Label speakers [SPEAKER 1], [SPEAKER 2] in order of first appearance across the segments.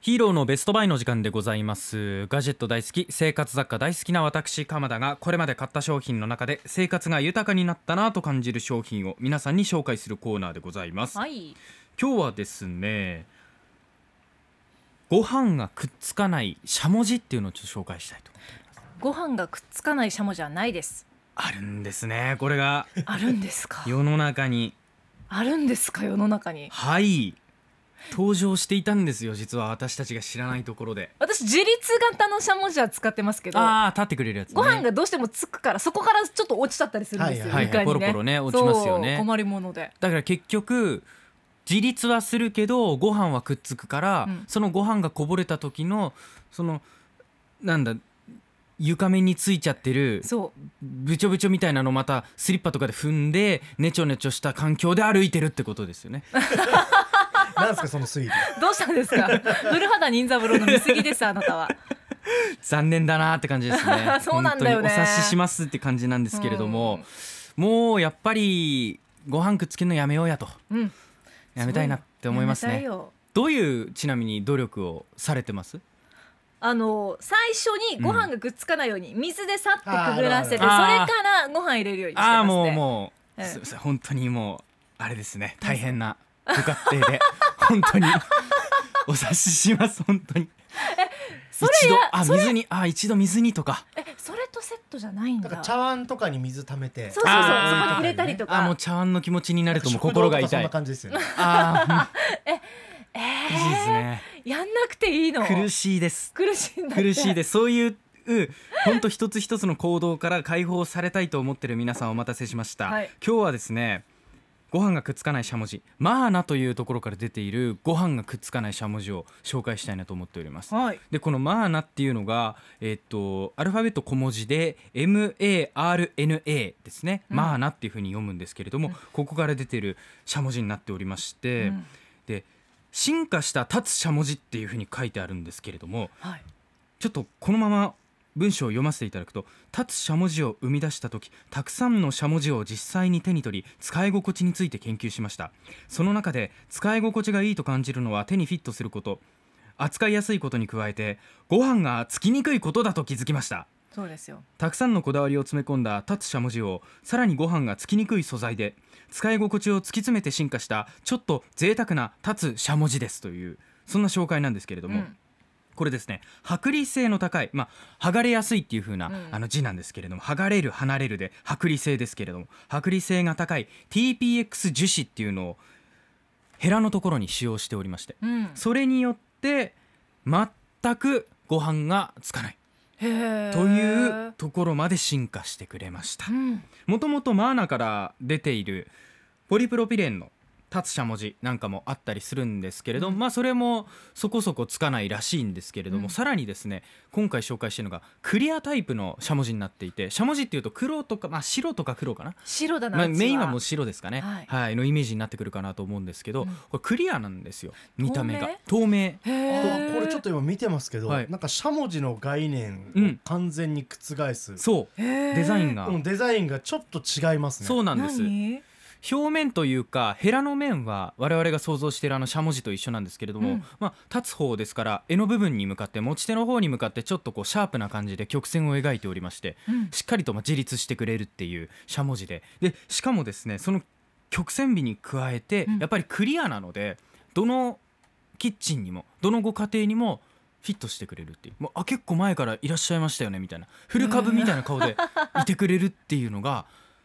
[SPEAKER 1] ヒーローのベストバイの時間でございますガジェット大好き生活雑貨大好きな私鎌田がこれまで買った商品の中で生活が豊かになったなと感じる商品を皆さんに紹介するコーナーでございます、
[SPEAKER 2] はい。
[SPEAKER 1] 今日はですねご飯がくっつかないしゃもじっていうのをちょっと紹介したいと
[SPEAKER 2] ご飯がくっつかないしゃもじゃな いです。
[SPEAKER 1] あるんですねこれが
[SPEAKER 2] あるんですか。
[SPEAKER 1] 世の中に
[SPEAKER 2] あるんですか世の中に。
[SPEAKER 1] はい登場していたんですよ実は私たちが知らないところで
[SPEAKER 2] 私自立型のしゃもじは使ってますけど。
[SPEAKER 1] ああ立ってくれるやつね
[SPEAKER 2] ご飯がどうしてもつくからそこからちょっと落ちちゃったりするんですよ、
[SPEAKER 1] はいはい
[SPEAKER 2] 床にね
[SPEAKER 1] ポロポロね落ちますよね
[SPEAKER 2] そう困りもので
[SPEAKER 1] だから結局自立はするけどご飯はくっつくから、
[SPEAKER 2] うん
[SPEAKER 1] そのご飯がこぼれた時のそのなんだ床面についちゃってる
[SPEAKER 2] そう
[SPEAKER 1] ぶちょぶちょみたいなのまたスリッパとかで踏んでねちょねちょした環境で歩いてるってことですよ ね。
[SPEAKER 3] なんですかその推理。
[SPEAKER 2] どうしたんです か古畑任三郎の見過ぎですあなたは。
[SPEAKER 1] 残念だなって感じですね
[SPEAKER 2] そうなんだよね
[SPEAKER 1] 本当にお察ししますって感じなんですけれども、もうやっぱりご飯くっつけるのやめようやと
[SPEAKER 2] うん、うん、
[SPEAKER 1] やめたいなって思います
[SPEAKER 2] やめた
[SPEAKER 1] ね。
[SPEAKER 2] よ
[SPEAKER 1] どういうちなみに努力をされてます？
[SPEAKER 2] あの最初にご飯がくっつかないように水でさってくぐらせて、
[SPEAKER 1] あー
[SPEAKER 2] そ
[SPEAKER 1] あ
[SPEAKER 2] れ
[SPEAKER 1] るある
[SPEAKER 2] からご飯入れるようにしてます、ね、
[SPEAKER 1] ああもうもう、
[SPEAKER 2] ええ
[SPEAKER 1] すいません本当にもうあれですね大変なご家庭で 本当にお察しします本当に
[SPEAKER 2] それや
[SPEAKER 1] 一度あ水にあ一度水にとか
[SPEAKER 2] えそれとセットじゃないん
[SPEAKER 3] な
[SPEAKER 2] だ
[SPEAKER 3] んか茶碗とかに水溜めて。
[SPEAKER 2] そうそうそうそこに
[SPEAKER 1] あー
[SPEAKER 2] 入れたりとか
[SPEAKER 1] あもう茶碗の気持ちにな
[SPEAKER 3] な
[SPEAKER 1] る
[SPEAKER 3] んか
[SPEAKER 1] ともう
[SPEAKER 3] 食堂
[SPEAKER 1] 心が
[SPEAKER 3] と
[SPEAKER 1] 痛
[SPEAKER 3] かそん
[SPEAKER 1] い
[SPEAKER 3] な感じですよね。
[SPEAKER 1] あ
[SPEAKER 2] え
[SPEAKER 1] あいいです
[SPEAKER 2] ー
[SPEAKER 1] ね
[SPEAKER 2] やんなくていいの
[SPEAKER 1] 苦しいです
[SPEAKER 2] 苦しいんだって
[SPEAKER 1] 苦しいですそういう本当一つ一つの行動から解放されたいと思ってる皆さんお待たせしました、
[SPEAKER 2] はい
[SPEAKER 1] 今日はですねご飯がくっつかないしゃもじマーナというところから出ているご飯がくっつかないしゃもじを紹介したいなと思っております
[SPEAKER 2] はい
[SPEAKER 1] でこのマーナっていうのがえっとアルファベット小文字で MARNA ですね、
[SPEAKER 2] うん
[SPEAKER 1] マーナっていうふうに読むんですけれども、
[SPEAKER 2] うん
[SPEAKER 1] ここから出てるしゃもじになっておりまして、
[SPEAKER 2] うん
[SPEAKER 1] で進化した立つしゃもじっていうふうに書いてあるんですけれども、
[SPEAKER 2] はい
[SPEAKER 1] ちょっとこのまま文章を読ませていただくと立つしゃもじを生み出した時たくさんのしゃもじを実際に手に取り使い心地について研究しましたその中で使い心地がいいと感じるのは手にフィットすること扱いやすいことに加えてご飯がつきにくいことだと気づきました
[SPEAKER 2] そうですよ
[SPEAKER 1] たくさんのこだわりを詰め込んだ立つしゃもじをさらにご飯がつきにくい素材で使い心地を突き詰めて進化したちょっと贅沢な立つしゃもじですというそんな紹介なんですけれども、
[SPEAKER 2] うん
[SPEAKER 1] これですね剥離性の高い、まあ、剥がれやすいっていう風な、
[SPEAKER 2] うん
[SPEAKER 1] あの字なんですけれども剥がれる離れるで剥離性ですけれども剥離性が高い TPX 樹脂っていうのをヘラのところに使用しておりまして
[SPEAKER 2] うん、
[SPEAKER 1] それによって全くご飯がつかない
[SPEAKER 2] へー
[SPEAKER 1] というところまで進化してくれました
[SPEAKER 2] うん
[SPEAKER 1] もともとマーナから出ているポリプロピレンの立つしゃもじなんかもあったりするんですけれども、
[SPEAKER 2] うん
[SPEAKER 1] まあそれもそこそこつかないらしいんですけれども、
[SPEAKER 2] うん
[SPEAKER 1] さらにですね今回紹介しているのがクリアタイプのしゃもじになっていてしゃもじっていうと黒とか、まあ、白とか黒かな、
[SPEAKER 2] 白だな、
[SPEAKER 1] まあ、
[SPEAKER 2] うち
[SPEAKER 1] メインはもう白ですかね、
[SPEAKER 2] はい
[SPEAKER 1] はい、のイメージになってくるかなと思うんですけど、
[SPEAKER 2] うん
[SPEAKER 1] これクリアなんですよ見た目が透明
[SPEAKER 2] へ
[SPEAKER 3] あ
[SPEAKER 2] ー
[SPEAKER 3] これちょっと今見てますけど、
[SPEAKER 1] はい
[SPEAKER 3] なんかしゃもじの概
[SPEAKER 1] う
[SPEAKER 3] 念
[SPEAKER 1] ん
[SPEAKER 3] を完全に覆す。
[SPEAKER 1] そう
[SPEAKER 2] へー
[SPEAKER 1] デザインが、
[SPEAKER 3] うんデザインがちょっと違いますね。
[SPEAKER 1] そうなんです
[SPEAKER 2] 何
[SPEAKER 1] 表面というかヘラの面は我々が想像しているあのしゃもじと一緒なんですけれども、
[SPEAKER 2] うん
[SPEAKER 1] まあ、立つ方ですから柄の部分に向かって持ち手の方に向かってちょっとこうシャープな感じで曲線を描いておりまして
[SPEAKER 2] うん
[SPEAKER 1] しっかりとまあ自立してくれるっていうしゃもじででしかもですねその曲線美に加えて
[SPEAKER 2] うん
[SPEAKER 1] やっぱりクリアなのでどのキッチンにもどのご家庭にもフィットしてくれるっていうもうあ結構前からいらっしゃいましたよねみたいなフル株みたいな顔でいてくれるっていうのが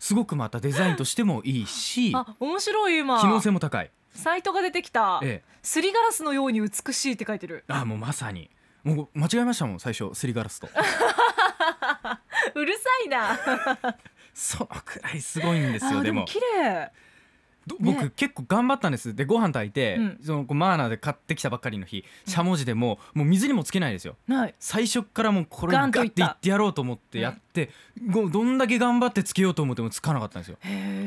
[SPEAKER 1] すごくまたデザインとしてもいいし。
[SPEAKER 2] あ面白い今
[SPEAKER 1] 機能性も高い、
[SPEAKER 2] サイトが出てきた、
[SPEAKER 1] え
[SPEAKER 2] すりガラスのように美しいって書いてる
[SPEAKER 1] え、あもうまさにもう間違えましたもん最初すりガラ スと
[SPEAKER 2] うるさいな
[SPEAKER 1] そのくらいすごいんです
[SPEAKER 2] あ
[SPEAKER 1] よ
[SPEAKER 2] ー
[SPEAKER 1] でも
[SPEAKER 2] 綺麗
[SPEAKER 1] ど
[SPEAKER 2] ね
[SPEAKER 1] 僕結構頑張ったんですでご飯炊いて、
[SPEAKER 2] うん
[SPEAKER 1] そのこうマーナで買ってきたばっかりの日
[SPEAKER 2] うん
[SPEAKER 1] しゃもじでもうもう水にもつけないですよ
[SPEAKER 2] ない
[SPEAKER 1] 最初っからもうこれ
[SPEAKER 2] ガ
[SPEAKER 1] ガ
[SPEAKER 2] ン
[SPEAKER 1] ッ
[SPEAKER 2] とい
[SPEAKER 1] て
[SPEAKER 2] っ
[SPEAKER 1] いったてやろうと思ってやって、ごどんだけ頑張ってつけようと思ってもつかなかったんですよ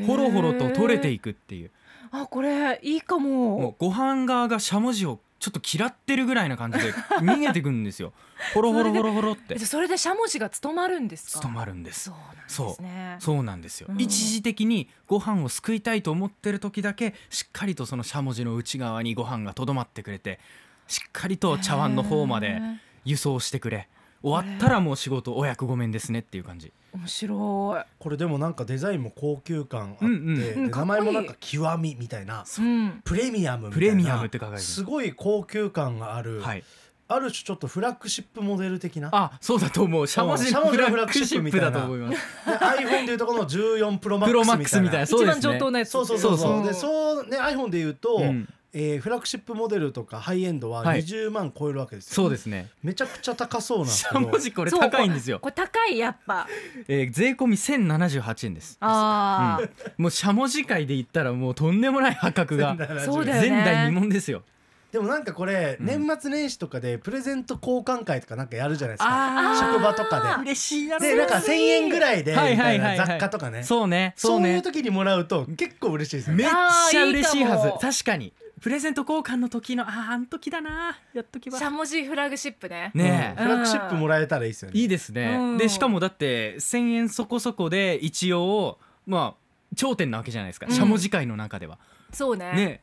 [SPEAKER 1] ほろほろと取れて
[SPEAKER 2] い
[SPEAKER 1] いくっていう
[SPEAKER 2] あこれいいか
[SPEAKER 1] も
[SPEAKER 2] も
[SPEAKER 1] うご飯側がしゃもじをちょっと嫌ってるぐらいな感じで逃げてくんです よほろほろほろほろっ
[SPEAKER 2] え
[SPEAKER 1] て
[SPEAKER 2] じゃあそれでしゃもじが務まるんですか
[SPEAKER 1] 務まるんです
[SPEAKER 2] そうなんですね
[SPEAKER 1] そうなんですよ、
[SPEAKER 2] うん
[SPEAKER 1] 一時的にご飯をすくいたいと思ってる時だけしっかりとそのしゃもじの内側にご飯がとどまってくれてしっかりと茶碗の方まで輸送してくれ終わったらもう仕事お役御免ですねっていう感じ
[SPEAKER 2] 面白
[SPEAKER 3] これでもなんかデザインも高級感あって、
[SPEAKER 1] うんうん
[SPEAKER 3] で
[SPEAKER 2] うんかっ
[SPEAKER 3] 名
[SPEAKER 2] こいい
[SPEAKER 3] 前もなんか極みみたいな
[SPEAKER 2] いう、ん、
[SPEAKER 3] プレミアムみた
[SPEAKER 1] プ
[SPEAKER 3] いな
[SPEAKER 1] レミアムって書かれて
[SPEAKER 3] すごい高級感がある、
[SPEAKER 1] るはい
[SPEAKER 3] ある種ちょっとフラッグシップモデル的な
[SPEAKER 1] あそうだと思うしゃもじの
[SPEAKER 3] しゃも
[SPEAKER 1] フ
[SPEAKER 3] じ
[SPEAKER 1] ラ
[SPEAKER 3] のフラ
[SPEAKER 1] ッ
[SPEAKER 3] ッ
[SPEAKER 1] グ
[SPEAKER 3] グ
[SPEAKER 1] シ
[SPEAKER 3] シ
[SPEAKER 1] ッ
[SPEAKER 3] ッ
[SPEAKER 1] プ
[SPEAKER 3] プ
[SPEAKER 1] だ
[SPEAKER 3] だ
[SPEAKER 1] と
[SPEAKER 3] と
[SPEAKER 1] 思
[SPEAKER 3] 思
[SPEAKER 1] います
[SPEAKER 3] で iPhone でいうとこの14プロマ
[SPEAKER 1] プロマ
[SPEAKER 3] ッ
[SPEAKER 1] ッ
[SPEAKER 3] ク
[SPEAKER 1] ク
[SPEAKER 3] ス
[SPEAKER 1] ス
[SPEAKER 3] み
[SPEAKER 1] み
[SPEAKER 3] た
[SPEAKER 1] た
[SPEAKER 3] い
[SPEAKER 1] い
[SPEAKER 3] な
[SPEAKER 1] な
[SPEAKER 2] 一
[SPEAKER 1] そうです
[SPEAKER 2] 番
[SPEAKER 1] ね
[SPEAKER 2] 上等なやつ
[SPEAKER 3] そうそうそうそう、
[SPEAKER 1] うん
[SPEAKER 3] でそうね iPhone でいうと、
[SPEAKER 1] うん
[SPEAKER 3] えーフラッグシップモデルとかハイエンドは
[SPEAKER 1] はい
[SPEAKER 3] 20万超えるわけですよ、
[SPEAKER 1] そうですね
[SPEAKER 3] めちゃくちゃ高 そうなんです
[SPEAKER 1] し
[SPEAKER 3] け
[SPEAKER 1] ゃも
[SPEAKER 3] ど
[SPEAKER 1] じこれ高いんですよ
[SPEAKER 2] これ高いやっぱ
[SPEAKER 1] えー税込み1078円です
[SPEAKER 2] あー、
[SPEAKER 1] うんもうしゃもじ界で言ったらもうとんでもない破格が
[SPEAKER 3] 1070
[SPEAKER 2] そうだよね
[SPEAKER 1] 前代未聞ですよ
[SPEAKER 3] でもなんかこれ、
[SPEAKER 1] うん
[SPEAKER 3] 年末年始とかでプレゼント交換会とかなんかやるじゃないですか
[SPEAKER 1] あ
[SPEAKER 3] 職場とか
[SPEAKER 1] 嬉しいな
[SPEAKER 3] ででなんか1,000円ぐらいでみ
[SPEAKER 1] は
[SPEAKER 3] た
[SPEAKER 1] いはいいはいは
[SPEAKER 3] ない雑貨とかね
[SPEAKER 1] そうね
[SPEAKER 3] そ
[SPEAKER 1] そう
[SPEAKER 3] うい
[SPEAKER 1] ね
[SPEAKER 3] う時にもらうと結構嬉しいですよ
[SPEAKER 1] め
[SPEAKER 3] ね
[SPEAKER 1] っちゃ
[SPEAKER 2] あーいい
[SPEAKER 1] 嬉
[SPEAKER 2] か
[SPEAKER 1] し
[SPEAKER 2] も
[SPEAKER 1] いはず確かにプレゼント交換の時のあーあん時だなやっときば
[SPEAKER 2] しゃもじフラグシップね
[SPEAKER 1] ね
[SPEAKER 3] うんフラッグシップもらえたらいいですよね
[SPEAKER 1] いいですね、
[SPEAKER 2] うん
[SPEAKER 1] でしかもだって1,000円そこそこで一応まあ頂点なわけじゃないですか、
[SPEAKER 2] うん
[SPEAKER 1] しゃもじ界の中では
[SPEAKER 2] そうね
[SPEAKER 1] ね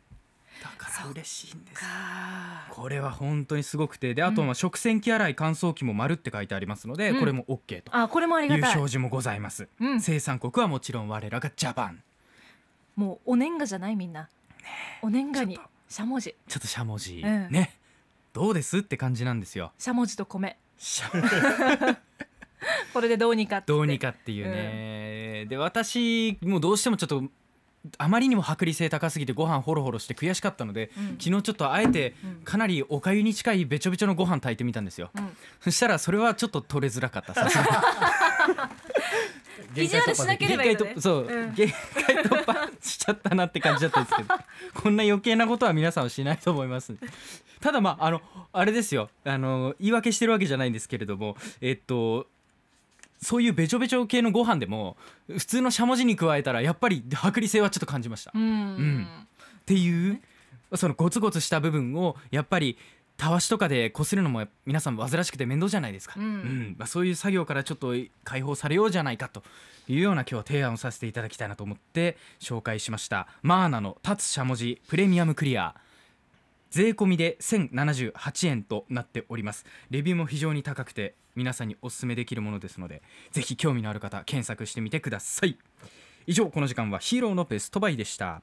[SPEAKER 1] だから嬉しいんです
[SPEAKER 2] か
[SPEAKER 1] これは本当にすごくてであと
[SPEAKER 2] うん
[SPEAKER 1] まあ食洗機洗い乾燥機も丸って書いてありますので、
[SPEAKER 2] うん
[SPEAKER 1] これも OK と
[SPEAKER 2] あこれもあり
[SPEAKER 1] いう
[SPEAKER 2] が
[SPEAKER 1] 表
[SPEAKER 2] たい、
[SPEAKER 1] 示もございます、
[SPEAKER 2] うん、
[SPEAKER 1] 生産国はもちろん我らがジャパン
[SPEAKER 2] もうお年賀じゃないみんなお年賀に
[SPEAKER 1] ちょっ
[SPEAKER 2] しゃもじ
[SPEAKER 1] ちょっとしゃもじ、
[SPEAKER 2] うん
[SPEAKER 1] ねどうですって感じなんですよ
[SPEAKER 2] しゃもじと米
[SPEAKER 1] しゃ
[SPEAKER 2] これでどうにかっつって
[SPEAKER 1] どうにかっていうね、で私もうどうしてもちょっとあまりにも剥離性高すぎてご飯ホロホロして悔しかったので
[SPEAKER 2] うん
[SPEAKER 1] 昨日ちょっとあえて
[SPEAKER 2] うん
[SPEAKER 1] かなりお粥に近いべちょべちょのご飯炊いてみたんですよ
[SPEAKER 2] うん
[SPEAKER 1] そしたらそれはちょっと取れづらかったさすがに
[SPEAKER 2] 意地悪しなけ
[SPEAKER 1] 限
[SPEAKER 2] ればいい
[SPEAKER 1] 界
[SPEAKER 2] のね
[SPEAKER 1] 突そう、
[SPEAKER 2] うん
[SPEAKER 1] 限界突破しちゃったなって感じだったんですけ どこんな余計なことは皆さんはしないと思いますただまああのあれですよあの言い訳してるわけじゃないんですけれどもえっとそういうべちょべちょ系のご飯でも普通のしゃもじに加えたらやっぱり剥離性はちょっと感じました、
[SPEAKER 2] う
[SPEAKER 1] っ
[SPEAKER 2] ん
[SPEAKER 1] ていうそのゴツゴツした部分をやっぱりたわしとかでこするのも皆さん煩わしくて面倒じゃないですか、
[SPEAKER 2] うん
[SPEAKER 1] うんまあ、そういう作業からちょっと解放されようじゃないかというような今日は提案をさせていただきたいなと思って紹介しましたマーナの立つしゃもじプレミアムクリア税込みで1078円となっておりますレビューも非常に高くて皆さんにお勧めできるものですのでぜひ興味のある方検索してみてください以上この時間はヒーローのベストバイでした